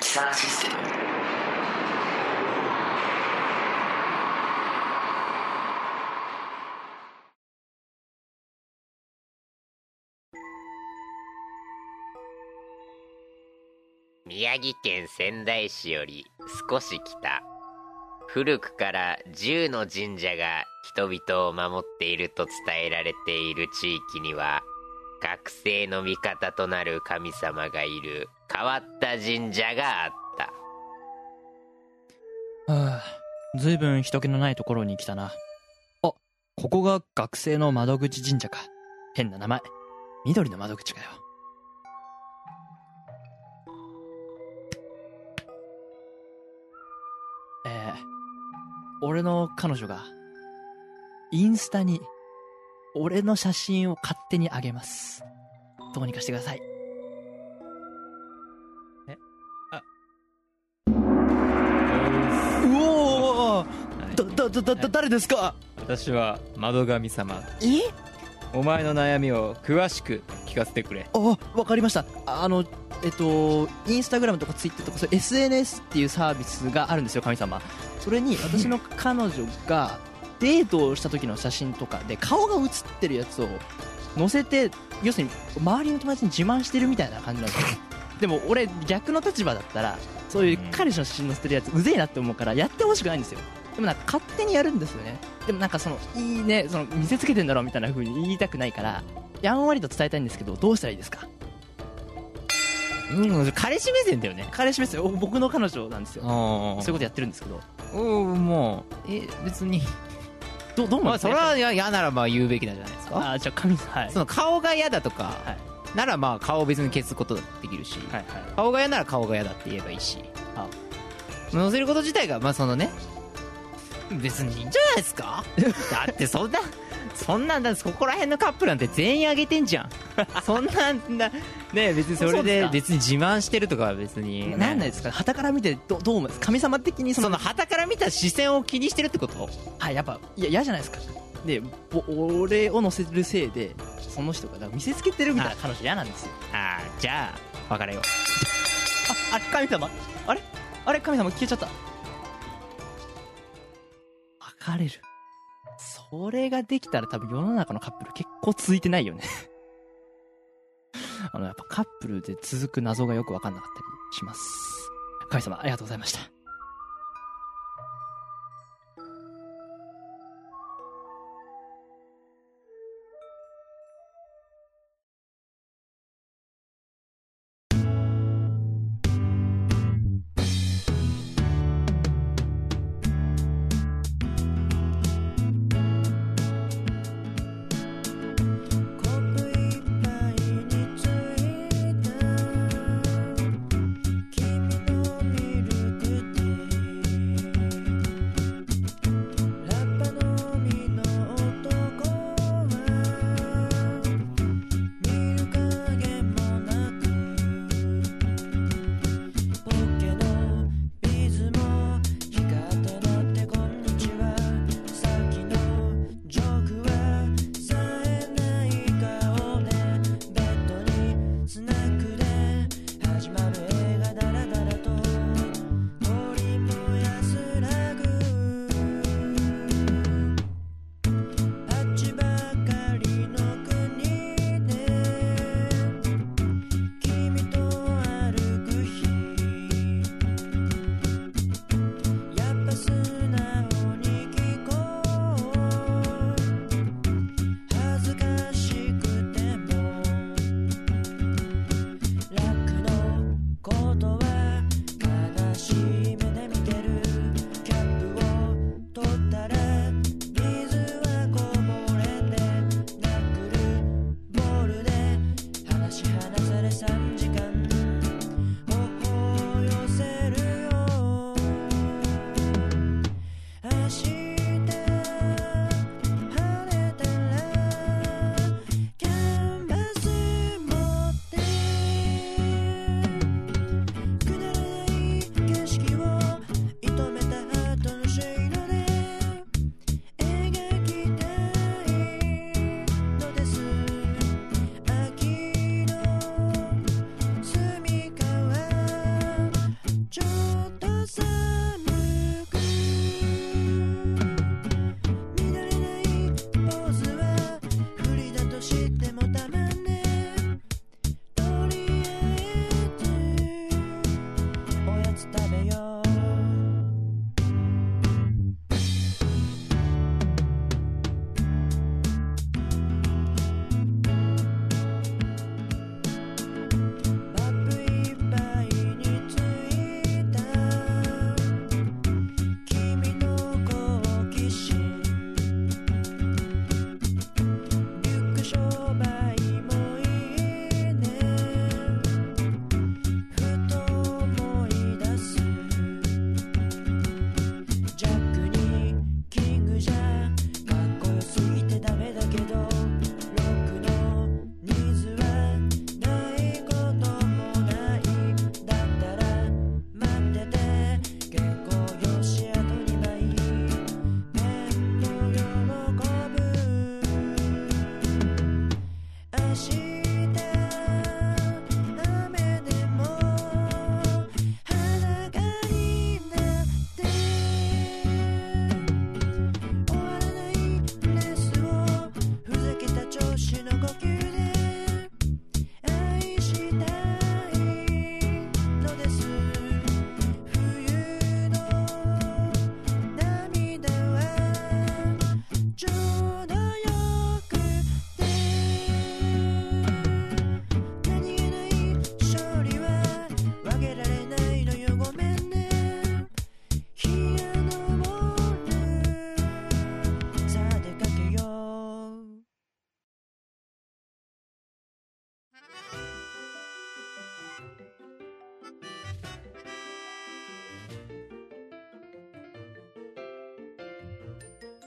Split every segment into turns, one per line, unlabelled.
キサーシステム
宮城県仙台市より少し北古くから10の神社が人々を守っていると伝えられている地域には学生の味方となる神様がいる変わった神社があった
はあ、ずいぶん人気のないところに来たな。あ、ここが学生の窓口神社か。変な名前。緑の窓口かよ。えー、俺の彼女が、インスタに、俺の写真を勝手にあげます。どうにかしてください。
うおー
だ、だ、だ、だ、誰ですか
私は窓神様
え
お前の悩みを詳しく聞かせてくれ
あわかりましたあのえっとインスタグラムとかツイッターとかそういう SNS っていうサービスがあるんですよ神様それ に私の彼女がデートをした時の写真とかで顔が写ってるやつを載せて要するに周りの友達に自慢してるみたいな感じなんです よでも俺逆の立場だったらそういう彼氏の写真載せてるやつうぜえなって思うからやってほしくないんですよでもなんか勝手にやるんですよねでもなんかそのいいねその見せつけてんだろみたいな風に言いたくないからやんわりと伝えたいんですけどどうしたらいいですか
うん彼氏目線だよね
彼氏ですよお僕の彼女なんですよそ
あ
ういうことやってるんですけど
あもうえ別に
どどう思い
ま
ま
あ
す
それはや嫌ならば言うべきなんじゃないですか
あじゃあ神様はい
その顔が嫌だとか、
は
ならまあ顔を別に消すことだってできるし、
はいはい
顔が嫌なら顔が嫌だって言えばいいし
あ
載せること自体がまあそのね別にいいんじゃないです かだってそんなそんなんだここら辺のカップルなんて全員あげてんじ ゃんそんなんだね別にそ
そ
れ
うです
で
か
別に自慢してるとかは別に、ね、
なんないですか旗から見てどどう思います神様的にそ
そ
の
の旗から見た視線を気にしてるってこと
はいやっぱいや嫌じゃないですかでぼ俺を乗せるせいでその人がなんか見せつけてるみたいな彼女嫌なんですよ
ああじゃあ別れよう
ああれ神様あれあれ神様消えちゃった別れるそれができたら多分世の中のカップル結構続いてないよね あのやっぱカップルで続く謎がよく分かんなかったりします神様ありがとうございました
「コップいっぱいについた」「君のミルクティー」「ラッパの実の男は見る影もなく」「ポケのビーズも光ってなってこんにちは」「先のジョークは冴えない顔で」「ベッドにスナックで始まる映画ダラダラと」「鳥も安らぐ」「あっちばかりの国で」「君と歩く日」「やっぱ素直に聞こう」「恥ずかしくても」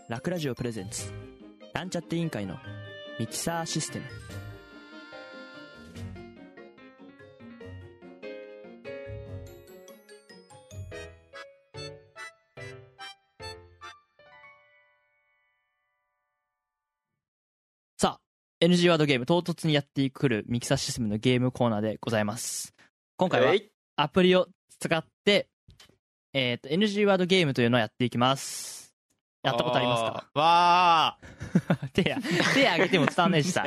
ラクラジオプレゼンツなんちゃって委員会のミキサーシステムさあ NG ワードゲーム唐突にやってくるミキサーシステムのゲームコーナーでございます今回はアプリを使って、えっと NG ワードゲームというのをやっていきますやったことありますか
かわあ
手や、手挙げても伝わんないしさ。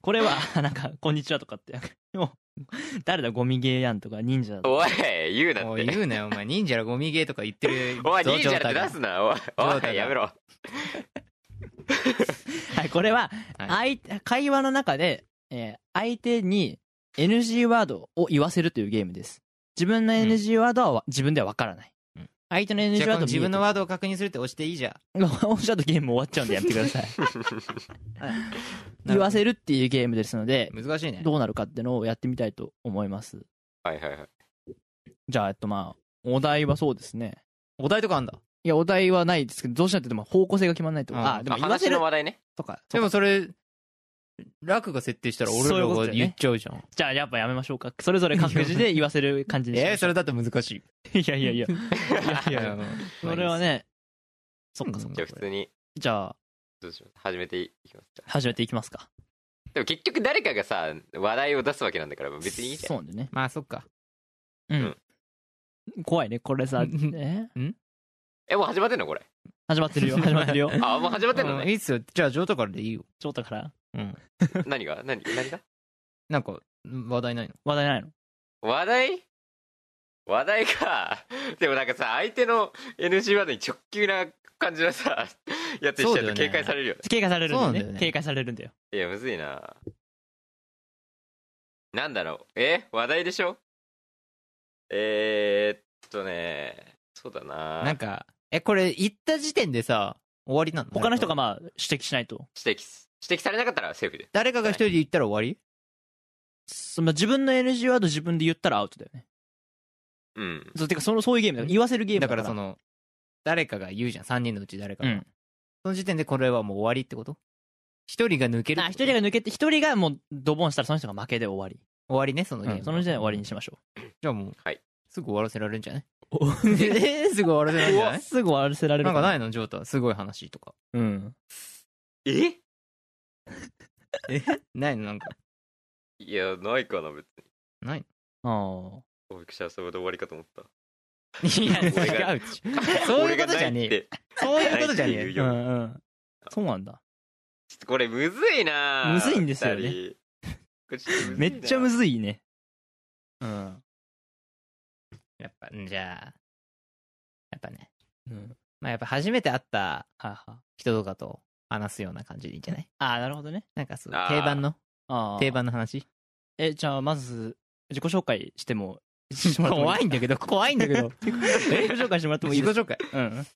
これは、なんか、こんにちはとかって、なんかもう、誰だ、ゴミゲーやんとか、忍者だとか。
おい言うな
も
っ
う
て
言うなよお前忍者らゴミゲーとか言ってる
おい
ぞ
忍者って
状態が
出すなおい
状態
お
だ
いやめろ
はい、これは、
は
相会話の中で、えー相手に NG ワードを言わせるというゲームです。自分の NG ワードはわ、自分ではわからない。
うん
相手の
じ
NG
ゃあこ
ワードを見
の自
えて
分のワードを確認するって押していいじゃん
おっしゃるとゲーム終わっちゃうんでやめてください。言わせるっていうゲームですので、
難しいね
どうなるかってのをやってみたいと思います。
はいはいはい
じゃあ、えっとまあ、お題はそうですね。
お題とかあんだ
いや、お題はないですけど、どうしたってでも方向性が決まらないと
うん
か。あ、で
あ
も言わせ
話
る
の話題ね
とか。
で
でも、
もそれ楽が設定したら俺
そうい
ら
うこと
が
だよね
言っちゃうじゃん
じゃあやっぱやめましょうか。それぞれ各自で言わせる感じにしましょう。
えーそれだって難しい
いやいやいや。いやい やいや。
まあ
それはね、そっかそっ
うん
か。
じゃあ普通に
じゃあ、
どうします始めていきますか
始めていきますか。
でも結局誰かがさ話題を出すわけなんだから別にいいじゃん
そうでね。
まあそっか
うん。怖いね、これさ
う。ん
え
えもう始まってんのこれ
始まってるよ、始まってるよ。
あもう始まってんの
うんい
ね
いっすよじゃあ上太からでいいよ
ちょっとから。
うん
何が何何が
なんか話題ないの
話題ないの
話題話題か。 でもなんかさ、相手の NG ワードに直球な感じのさ、やつにしちゃうと警戒されるよね。
警戒されるんだよ
そうなんだよ
ね。
ね
警戒されるんだよ。
いや、むずいな。なんだろう。え話題でしょえー、っとね、そうだな。
なんかえこれ言った時点でさ終わりなの
他の人がまあ、指摘しないと。
指摘す、指摘されなかったらセーフで。
誰かが一人で言ったら終わり
その自分の NG ワード自分で言ったらアウトだよね。
うん。
そう、てか、その、そういうゲームだよ。言わせるゲーム
だ
だから
か
ら。
その誰かが言うじゃん3人のうち誰か
う
が、
ん。
その時点でこれはもう終わりってこと一人が抜ける
あ、一人が抜けて、一人がもうドボンしたらその人が負けで終わり。
終わりねそのゲーム、
その時点で終わりにしましょ
じゃあもう、
はい
すぐ終わらせられるんじゃない
う。
え ーすぐ終わらせられるんじゃな
お
い
すぐ終わらせられる
なんかないいのジョータすごい話とか
うん。
え
ないのなんか
いや、ないかな、別に。
ない
あ
おびくしゃ、それで終わりかと思った。
の いや
俺が
違うちそういうことじゃねえよ
え。
そういうことじゃねえ
ないって
よ
い
あ。
う
う
よ
んうん。そうなんだ。
ちょっとこれむずいな
むずいんですよね
ね。これちょとむずいな
めっちゃむずいね。うん。
やっぱんじゃあやっぱね
うん。
まあやっぱ初めて会った
はは。
人とかと話すような感じでいいんじゃない
ああ、なるほどね。
なんかそう
あー
定番の
ああ。
定。番の話
え、じゃあ、まず、自己紹介しても、してもらっても
怖
い
いんだけど怖いんだけど
い自己紹介してもらってもいい
自己
です
紹介
かうん。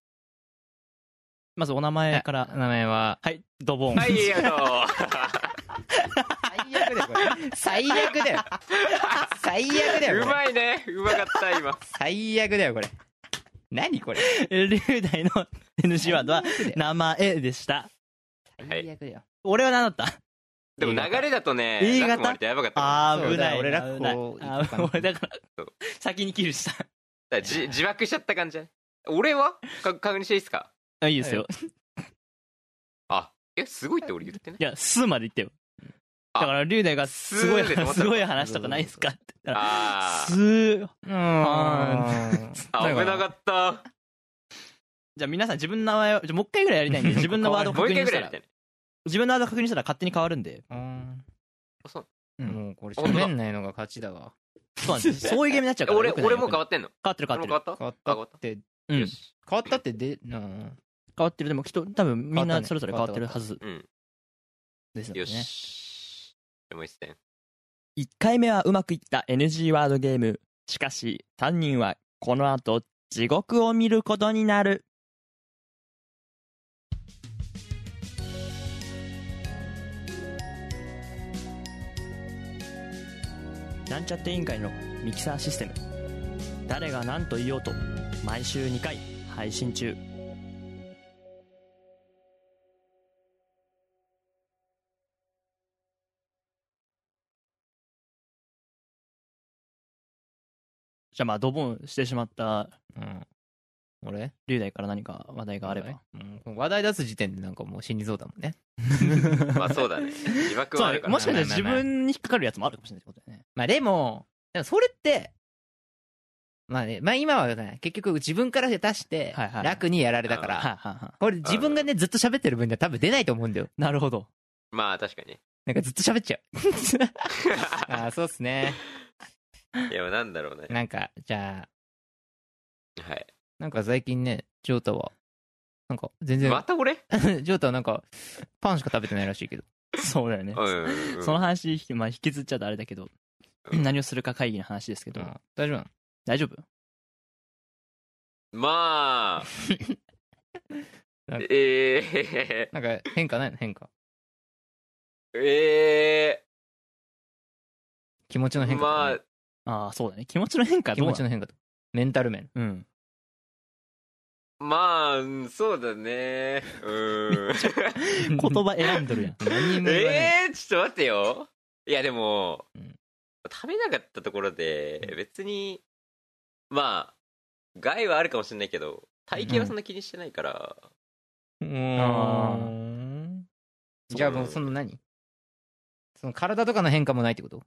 まず、お名前か
名
ら。
前は
はい、ドボン。
はい、あの、
最悪だよこれ最悪だよ最悪だよ
う
これ
まいね。うまかった、今。
最悪だよこれ何これ
龍大の NG ワードは、名前でした。
最悪だよ
俺は何だった
でも流れだとね、
A 型
ラフもあれてやばかったもんね。
あ
そう
危ない。
だから
危ない
俺らこう
あ
行こうかな
俺だから
そう、
先にキルした。
だからじ自爆しちゃった感じだね俺はか確認していいですか
あ、いいですよ。
あ、え、すごいって俺言ってね
い。や、すまで言ってよ。
あ
だから、龍大がすごい
すーで止まっ、た
すごい話とかないですかって言ったら、
あ
すー。
うーん
あ、危なかった。
じゃあ皆さん自分の名前を、じゃあもう一回ぐらいやりたいん で、自分のワードを
もう
確
一
認
回
し
ぐ
た
らい
ら
やりたい、ね。
自分のワード確認したら勝手に変わるんで、
うーん
そう
うん
もうこれ喋んないのが勝ちだわ
そうなん です。そういうゲームになっちゃう
え
から。
俺、
良くない
俺もう変わ
良くない
ってんの
変わってる変
俺
わっ
も
て
変わ
る。
った
変わ
変わっ
ったって
う
た。
ん
よし。
変わったってでうん
変わってる。でもきっと、多分みん
変わった
な
ね
それぞれ変わってるはず
うん。
ですよ
よ
ね。
し。でも一戦。
1回目はうまくいった NG ワードゲーム。しかし、3人はこの後、地獄を見ることになる。なんちゃって委員会のミキサーシステム。誰が何と言おうと、毎週2回配信中。じゃあまあドボンしてしまった
うん。俺
龍大から何か話題があれば。
うん、話題出す時点でなんかもう死にそうだもんね。
まあそうだね。自爆
そう
はあ
だね
るから、
もしかしたら
まあまあまあ
自分に引っかかるやつもあるかもしれないってことだよね。
まあでも、でもそれって、まあね、まあ今はね、結局自分から出して
はいはい、
楽にやられたから、
はいはいはい。
これ自分がね、ずっと喋ってる分には多分出ないと思うんだよ。
なるほど。
まあ確かに。
なんかずっと喋っ ちゃう。ああ、そうっすね。
いや、なんだろうね。
なんか、じゃあ、
はい。
なんか最近ね、ジョータは、なんか全然、
また俺
ジョータはなんか、パンしか食べてないらしいけど。
そうだよね。
うんうんうん。
その話引き、まあ、引きずっちゃうとあれだけど、
うん
何をするか会議の話ですけど、
うん大丈夫なの
大丈夫
まあ
なんか。
ええ
なんか変化ないの変化。
ー、え
気持ちの
ー、
変化とか
ま
ね、
あ、
ああ、そうだね。気持ちの変化
気
どうな
持
の
ちの変化とか。メンタル面。
うん。
まあうん、そうだね。うん。
言葉選んどるやん。
何も言わない、
ええー、ちょっと待ってよ。いや、でも、
うん
食べなかったところで、別に、まあ、害はあるかもしれないけど、体型はそんな気にしてないから、
うー
あ
んじゃあもうその何その体とかの変化もないってこと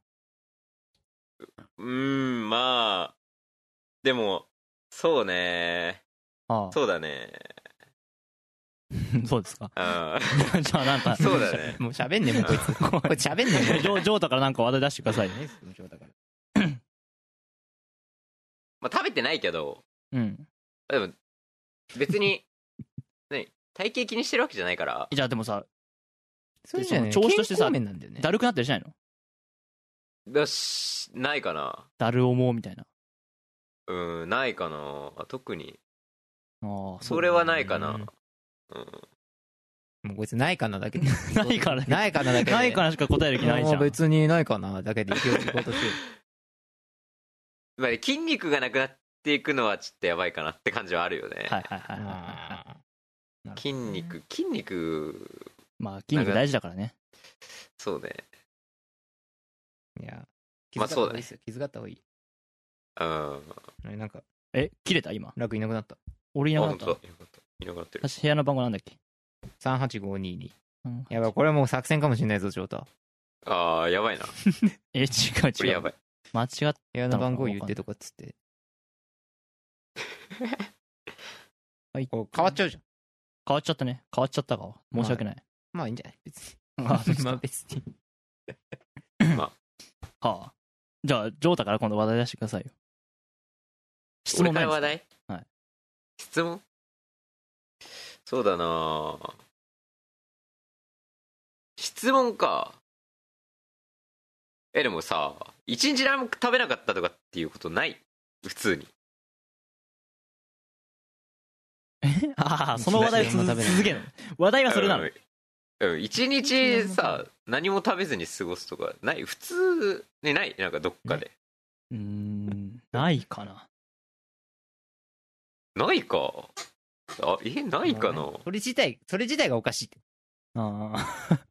うーん、まあ、でも、そうね。
ああ、
そうだね。
そうですか。
あ
じゃあなんか、
そうだね
もう喋んねえもんこいつこいつ喋んねえもん
ジョージョータからなんか話題出してください。
まあ、食べてないけど、
うん。
でも、別に、ね、体型気にしてるわけじゃないから、
じゃあでもさ、
そうじゃね
その調子としてさ
健康面なんだよね
だるくなったりしないの
よし、ないかな。
だる思うみたいな。
うん、ないかな。特に。
ああ、
それはないかな。
もうこいつないかなだ けで
ないからね
ないかなだけで
ないからしか答える気ないじ
も
ゃ。
うん別にないかなだけで生きようって ことしよ
まあ、筋肉がなくなっていくのはちょっとやばいかなって感じはあるよね。
はいはいはい
う
はいはい。
あー
筋肉、筋肉、
まあ、筋肉大事だからね。
そうね。
ーいや気
ま
遣
あ
っ
そう
た方が
だね
いいっすよ気遣った方がいい
うん。
あれなんか
え、切れた今。
楽いなくなった
俺い
い
なくな
本
った
当。だいなくなったいなくなってる。
私、部屋の番号なんだっけ
38522
うん
やばいこれはもう作戦かもしれないぞジョータ
ああ、やばいな。こ
え、違う違
れ
う。
やばい。
間違っ
部屋の番号言ってとかっつって
はい
こう変わっちゃうじゃん
変わっちゃったね。変わっちゃったか。申し訳ない。
まあいいんじゃない別に
あそうですか
まあ別に。
はあ。じゃあ、ジョータから今度話題出してくださいよ。質
俺
問
か
ない
ら
ですか
話題
はい
質問そうだなあ質問か。え、でもさ、一日何も食べなかったとかっていうことない普通に。
ああ、その話題を続
何も食べない
続けるの。話題はそれなの。
うんうん一日さ、何も食べずに過ごすとかない普通にないなんかどっかで。
うーん、ないかな。
ないか。あ、え、ないかな
まあね それ自体、それ自体がおかしいって。
あ あ。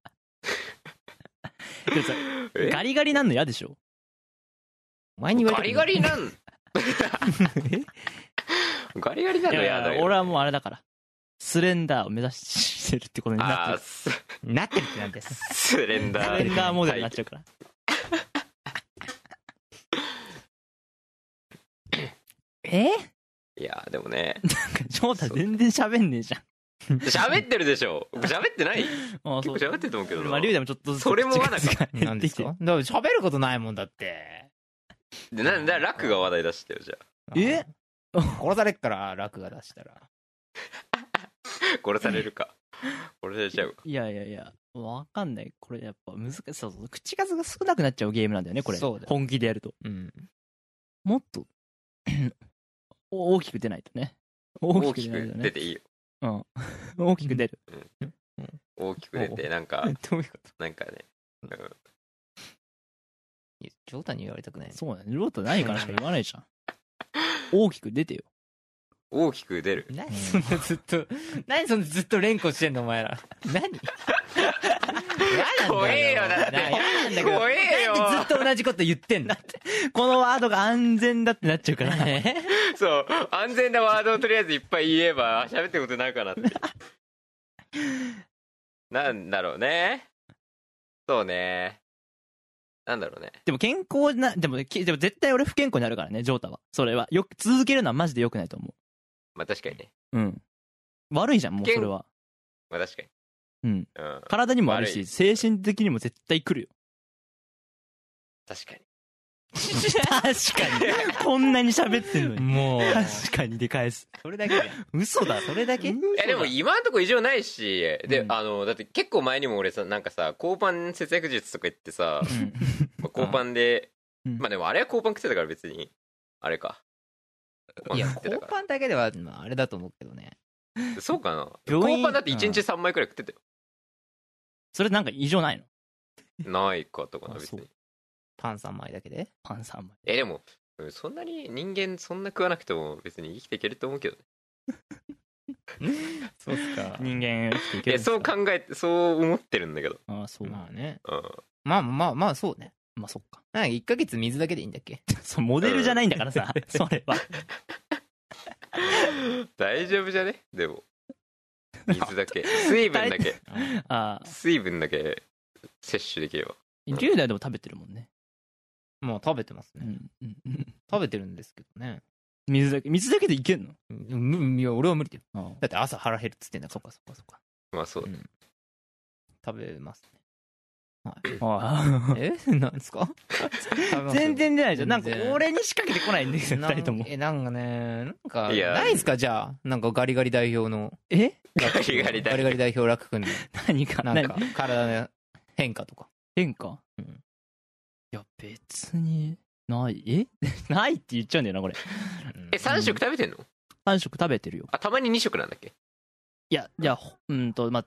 でもさ
え
ガリガリなんの嫌でしょ
お前に言わ
ガ
れ
リ
て
ガリなんガリガリないの
やい
やだ
や、
よ。
俺はもうあれだから。スレンダーを目指してるってことにな
あ
っ
ー
て
ス
なってるってなんです。
スレン
る。
ダ
ス
ー。
レンダーモデルになっちゃうから。え
いやーでもね、
ジョータ全然喋んねえじゃん。
喋ってるでしょ喋ってない
ああ
結構喋ってると思うけどな
まあ、リュウダもちょっとずつ
それも罠か
口が減
な
っ
ん
て
で
き
す
て
かだから喋ることないもんだって。
でなんだ、楽が話題出してよ、じゃ
え
殺されっから、楽が出したら。
あ。殺されるか。殺されちゃうか。
いやいやいや、わかんない。これやっぱ難しい。そうそう。口数が少なくなっちゃうゲームなんだよね、これ。
そうだよ
本気でやると。
うん。
もっと、 お大きく出ないとね。大
大
き
き
く出ない
く
と
出
ね。
ていいよ。
大きく出る。
大きく出て、な んか、
どういうこ
なんかね。
とジョータに言われたくない。
そうだね。ロート何かなしか言わないじゃん。大きく出てよ。
大きく出る
何そんな ずっと、何そんなずっと連呼してんのお前ら。何
怖えよだって
嫌なんだけど。
怖えよ
なんでずっと同じこと言ってんの
このワードが安全だってなっちゃう からね
そう安全なワードをとりあえずいっぱい言えば喋ってることになるかなってなんだろうねそうねなんだろうね
でも健康なでもきでも絶対俺不健康になるからねジョータはそれはよく続けるのはマジでよくないと思
まあ確かにね
ううん悪いじゃんもうそれは
まあ確かに
うん
うん
体にも悪い
悪
し
い
精神的にも絶対来るよ
確かに
確かにこんなに喋ってんのに
もう、
確かにで返す
それだけじゃん。
嘘だ
それだけ
いやでも今んとこ異常ないしで、
うん
あのだって結構前にも俺さなんかさ交番節約術とか言ってさ、まあ、交番で、
うん
まあでもあれは交番食ってたから別にあれか
いや、
食って
交
たから
番だけでは、まあ、あれだと思うけどね。
そうかな
病院
交番だって1日3枚くらい食ってたよ、
それなんか異常ないの
ないかとかな
あ
別
そう
に
パン3枚だけで。
パンさんも
えでもうんそんなに人間そんな食わなくても別に生きていけると思うけどね
そうっすか
人間生きてい
い
けるんですか
やそう考えてそう思ってるんだ けど、
ああそうま
まあね。
うん、
まあまあまあ、そうね。
あそっか
なんか1ヶ月水だけでいいんだっ け
そうモデルじゃないんだから さそれは
大丈夫じゃねでも水 だけ水分だけ
ああ
水分だけ摂取できれば
10代でも食べてるもんね
もう食べてます
う
ね。
んうんうん
食べてるんですけどね。
水だけ水だけでいけんの
うんうんいや、俺は無理だ
あ
よ。だって朝腹減るっつってんだから。そっかそっかそっか。
まあそう
うん食べますね。
あ
えなんですか
全然出ないじゃんなんか
全然
俺に仕掛けてこないんですよ
なん
2人とも
え、なんかね、なんか、
いや
ないですかじゃあ、なんかガリガリ代表の、
え
ガリガリだ
ガリガリ代表楽くんの、
何か
なん
何
か体の変化とか。
変化
うん
いや別にないえ ないって言っちゃうんだよなこれ
え3食食べてんの
3食食べてるよ
あたまに2食なんだっけ
いやいやほうんとまあ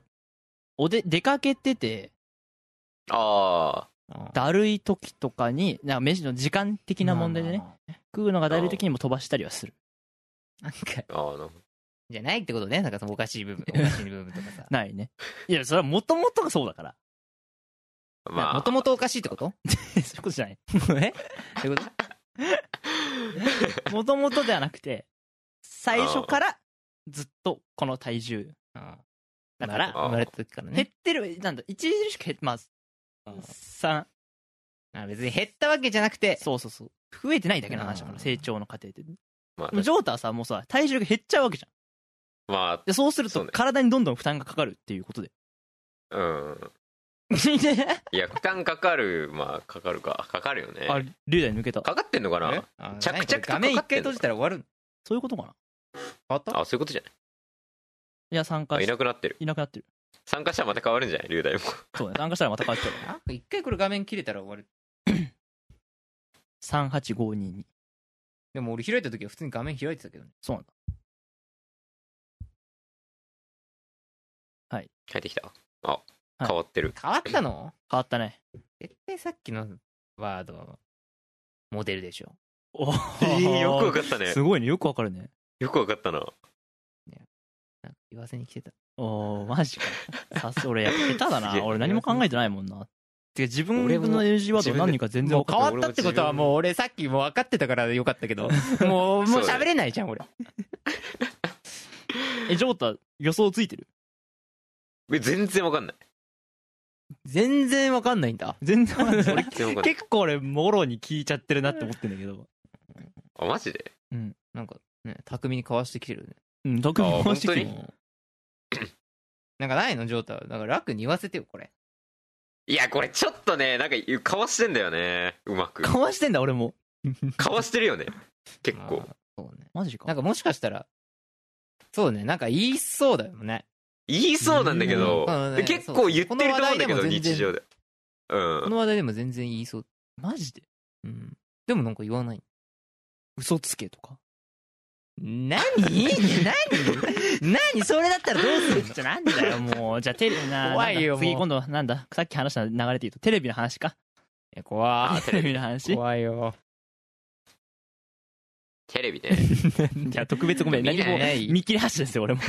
おで出かけてて
あ
あ
だるい時とかになんか飯の時間的な問題でね。食うのがだるい時にも飛ばしたりはする。
なんか、
あああの
じゃないってことね。なんかそのおかしい部分、おかしい部分とかさ
ないねいやそれはもともとがそうだから
まあ
もともとおかしいってこと
そういうことじゃない
えってこと
もともとではなくて最初からずっとこの体重だから
生まれた時から
減っ
ね。
てるなんだ著しく減ってます3
あ別に減ったわけじゃなくて、
そうそうそう増えてないだけの話だか
う
ら
ん
成長の過程で
ま
でもジョータはさもうさ体重が減っちゃうわけじゃん
あま
でそうする
そ
と
うね
体にどんどん負担がかかるっていうことで
あうん
ね
いや負担かかるまあかかるかかかるよね
あリュウダイ抜けた
かかってんのか
え
な
あ
着々と
何これ画面一回閉じたら終わるの
そういうことかな
変わった
あそういうことじゃない
いや参加
あ
し
いなくなってる
いなくなってる
参加したらまた変わるんじゃない龍大も
そうね参加したらまた変わっちゃうか
なんか一回これ画面切れたら終わる。
ら38522
でも俺開いた時は普通に画面開いてたけどね。
そうなんだ
帰ってきたあ
い
変わってる、
変わったの
変わったね
絶対さっきのワードはモデルでしょ。
お
えーよくわかったね
すごいねよくわかるね
よくわかったな
なんか言わせに来てた。
おおマジかさす俺やっぱ下手だ
すげえ
な俺何も考えてないもんなてか自分
俺も
の NG ワード何か全然
も
わ
う
かん
変
ない
わったってことはもう俺さっきもう分かってたからよかっ たけど、もう、もう喋れないじゃん俺。
えジョータ予想ついてる
え全然わかんない
全然分かんないんだ。
全然わか んない俺
全然わかんない
結構俺もろに聞いちゃってるなって思ってんだけど
あマジで
うん。なんかね、巧みにかわしてきてるよね。
うん特
あ
に
本当に
もし
なんかないのジョータ。だから楽に言わせてよ、これ。
いやこれちょっとねなんかかわしてんだよねうまく
かわしてんだ俺も
かわしてる よね結構
まあ。そうね。
マジか
なんかもしかしたら、そうね、なんか言いそうだよね。
言いそうなんだけど、
うんうん
で結構言ってると思うんだけ
この話題でも
ど
全然
日常でう
こ
ん
の話題でも全然言いそう。
マジで
うん。でもなんか言わない。
嘘つけとか
何何 何それだったらどうするの
じゃあなんだよもうじゃあテレビな
怖いよ
なんだ次
もう
今度なんださっき話した流れで言うとテレビの話か
え怖
テレビの話
怖いよ。
テレビでね
いや特別ごめん
見
何
ない
も見切り発車ですよ俺も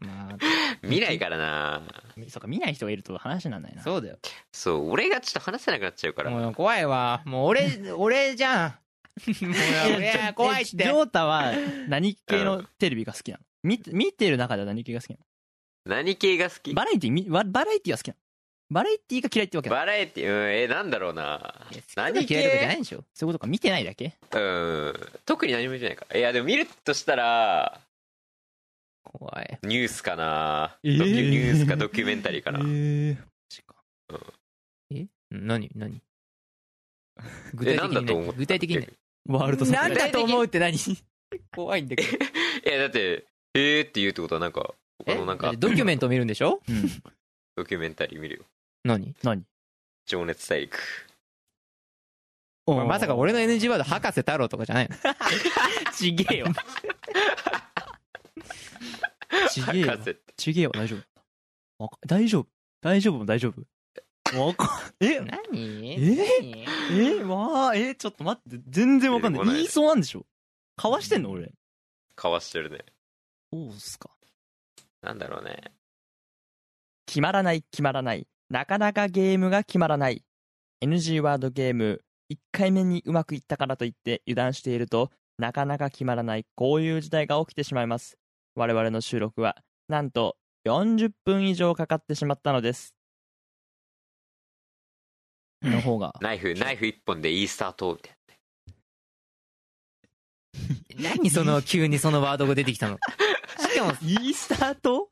ま
見ないからな
そうか見ない人がいると話にならない
あ
な
そうだよ
そう俺がちょっと話せなくなっちゃうから
もう怖いわもう俺俺じゃんもう俺怖いっ
えジ
て
ョータは何系のテレビが好きなの見見てる中では何系が好きな
何系が好き
のバラエティみババラエティが好きなのバラエティが嫌いってわけだ
バラエティうんえなんだろうない
や好き
何
とか嫌いとかじゃな
系
いでしょ
そういうことか見てないだけ
うん特に何も見てないからいやでも見るとしたら
怖い
ニュースかな、
えー
ドキュニュースかドキュメンタリーかな、
え ー
え何何具
え
体的
なんだ
に
と思っ
何
た
具体的に何
ワールドサプライ
なん
ズ
だと思うって何 怖いんだけど
いやだってえーって言うってことはなんか他のなんか
えドキュメント見るんでしょ
うん
ドキュメンタリー見るよ
何
何
情熱大陸
お前まさか俺の NG ワード博士太郎とかじゃない の
ちげえよちげえよ
博士
ちげえよ大丈夫わか大丈夫大丈夫も大丈夫わかえ
何
ええわあえちょっと待って全然わかんな
出てこ
い
ない
言いそうなんでしょかわしてんの俺
かわしてるね
そうっすか
なんだろうね
決まらない決まらないなかなかゲームが決まらない NG ワードゲーム1回目にうまくいったからといって油断しているとなかなか決まらないこういう事態が起きてしまいます我々の収録はなんと40分以上かかってしまったのですの方 が
ナイフナイフ一本でイースター島みたい
何その急にそのワードが出てきたのしかも
イースターと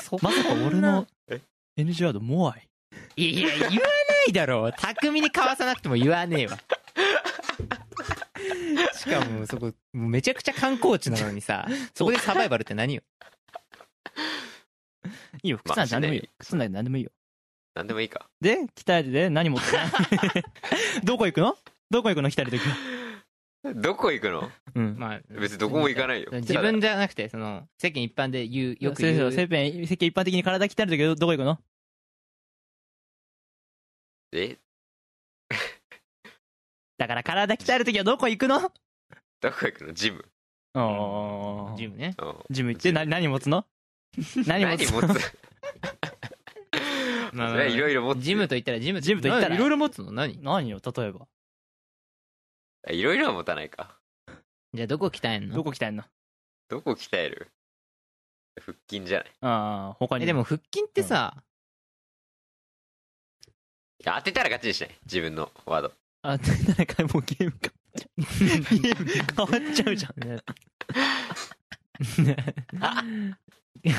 そ
まさか俺の
え
NG ワードモアイ
いや言わないだろう巧みにかわさなくても言わねえわしかもそこもうめちゃくちゃ観光地なのにさそこでサバイバルって何よ
いいよ
まあ
靴なんて何でもいいよ
しない
靴なんて何でもいいよ
ななんでもいいか
で鍛えてで何持ってない どこ行くのどこ 行くの鍛える時は
どこ行くの
うん
まあ
別にどこも行かないよ
自分じゃなくてその世間一般で言うよ
よく
く言う
世間世間一般的に体鍛えるときどどこ行くの
え
だから体鍛えるときはどこ行くの
どこ行くのジム
おー
ジムね
うん
ジム行ってな何持つの何持
何
つ
持
の
つ
まあ
そ
まあ
れ はいろいろ持つ
ジムと言ったらジム
ジムと言ったら
ないろいろ持つの何
何よ例えば
いろいろは持たないか
じゃあどこ鍛えん
ど
の
こ鍛えんの
どこ鍛える腹筋じゃない
ああ他に
えでも腹筋ってさ
いや当てたら勝ちにしない自分のワード
あ誰かもうゲームかゲーム変わっちゃうじゃん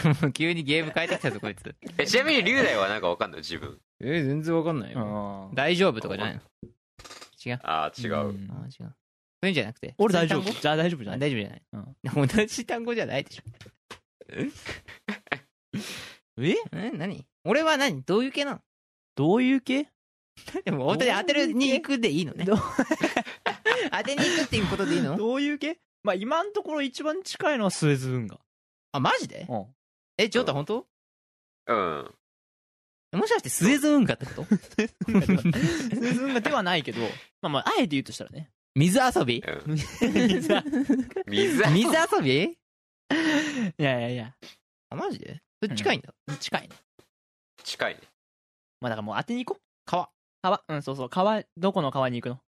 もう 急にゲーム変えてきたぞこ いつ
えちなみに龍大はなんかわかんない自分
え全然わかんない
あー
大丈夫とかじゃないの違う
ああ違う、
ん
あー違うそういうんじゃなくて
俺大丈
そう
夫
いう
じゃあ大丈夫じゃ
単語
な
あ
い
大丈夫じゃない、同じ単語じゃないでしょ
え
え何俺は何どういう系なの
どういう系
でも本当に当てるに行くでいいのね
どう
当てに行くっていうことでいいの
どういう系まあ今のところ一番近いのはスエズ運河
あマジで
うん
えジョータ本当
うん
もしかしてスエズ運河ってこと
スエズ運河ではないけどまあまああえて言うとしたらね
水遊び
うん水は
水遊び
いやいやいや
あマジでそれ近いんだ、
近いね
近いね
まあだからもう当てに行こう。川。川。うん、そうそう。川、どこの川に行くの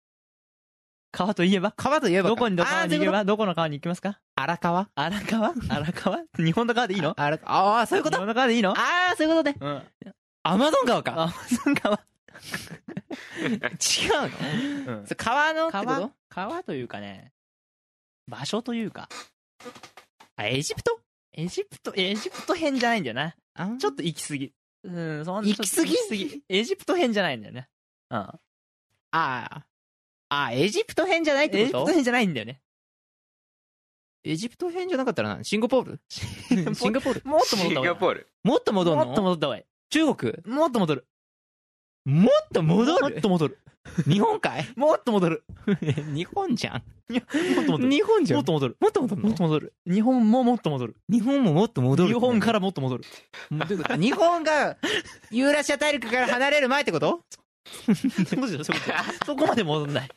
川といえば
川といえば
どこにどこ
あー
に
そ
行
ういう
け
こと
ばどこの川に行きますか
荒川
荒川荒川日本の川でいいの
あらあーそういうこと
日本の川でいいの
ああそういうことね
うん。
アマゾン川か
アマゾン川。
違うの
うん
それ川のってこと
川川というかね、場所というか、
あエジプト
エジプト、エジプト編じゃないんだよな。
ち
ち
ょ
ょ
っ
っと行き過ぎ。うん、そん
行き過ぎ
ちょっと行き過ぎエジプト編じゃないんだよね。うん。
とあああエジプト編じゃないっ
エ
て
ジプ
こ
ト
と
編じゃないんだよね。
エジプト編じゃなかったらなシンガポールシンガポールシンガポール
もっと戻
シ
った方
ン
がい
ガ
い
ポール
もっと戻るの
もっと戻った方がい
中国
い。もっと戻る。
もっと戻
もっ
る
と戻る。
日本海
もっと戻る。
日本じゃん
もっと戻る。
日本じゃ
もっ
ん
と戻る。
もっと戻る
もっ
の
と戻る。日本ももっと戻る。
日本ももっと戻る
日本かららもっと戻る。
日本がユーラシア大 陸から離れる前ってこと
そうじゃんそうじゃんそこまで戻んない。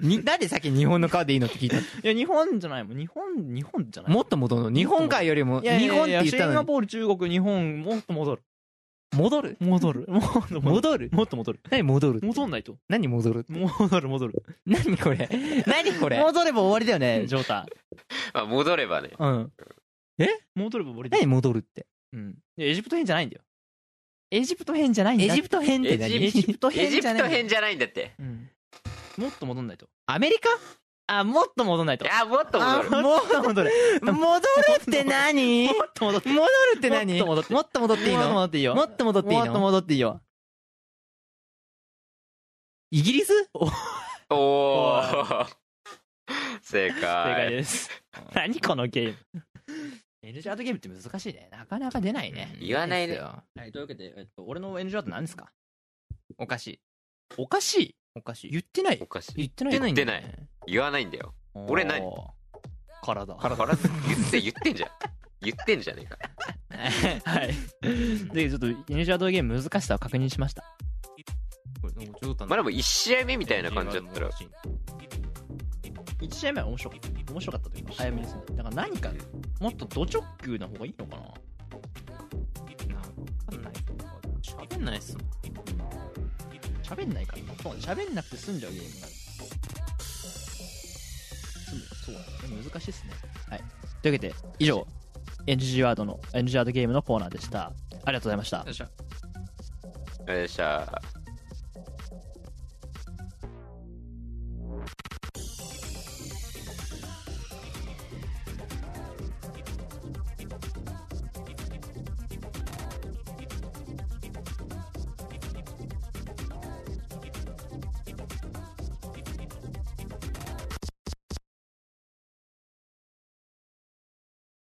になんでさっき日本の川でいいのって聞いたの
いや日本じゃないもん日本日本じゃない
もっと戻るの日本海よりも
い
日
やいやいや
本って言った
シン
の
ガ
に
ポール中国日本もっと戻る
戻る
戻るもっと戻る
戻る
もっと戻る
何戻る
戻んないと
何戻る
戻る 戻る
何これ何これ
戻れば終わりだよねジョータ
まあ、戻ればね。
うん
戻れば終わりだよ
何戻るって
うんいやエジプト編じゃないんだよエジプト編じゃないんだ
エジプト編って何
エジプト
エ
編
ジ
じゃ
プ
ない
ト編じゃないんだって。
うんもっと戻んないと
アメリカ
あもっと戻んないと
あ、もっと戻る。
あもっと戻る
戻るって何
もっと戻って
戻るって何
もっと戻って
もっと戻っていい
もっと
の
戻っていいよ
もっと戻っていい
もっと
の
戻っていいよ
イギリス
おお。
正
正
解
解。
です。 何このゲーム。NG アートゲームって難しいね。なかなか出ないね。
言わないね。
はい、というわけで、えっと、俺の NG アート何ですか
おかしい
おかしい
おかしい
言ってない
おかしい。
言ってないんだ
言
よね
って言わないんだよ。俺何
おー体。
カラカラ言って、言ってんじゃん。言ってんじゃねえか。
はい。で、ちょっと NG アートゲーム難しさを確認しました。
まあでも1試合目 みたいな感じだったら、
1試合目は面白かった。面白かったというか、早めですね。だから何か、もっとド直球な方がいいのかな
喋んないっす
喋んないからな。そうね喋んなくて済んじゃうゲームがある。済むそうだね。難しいっすね。はい。というわけで、以上、NG ワードの、NG ワードゲームのコーナーでした。ありがとうございました。
あれでした。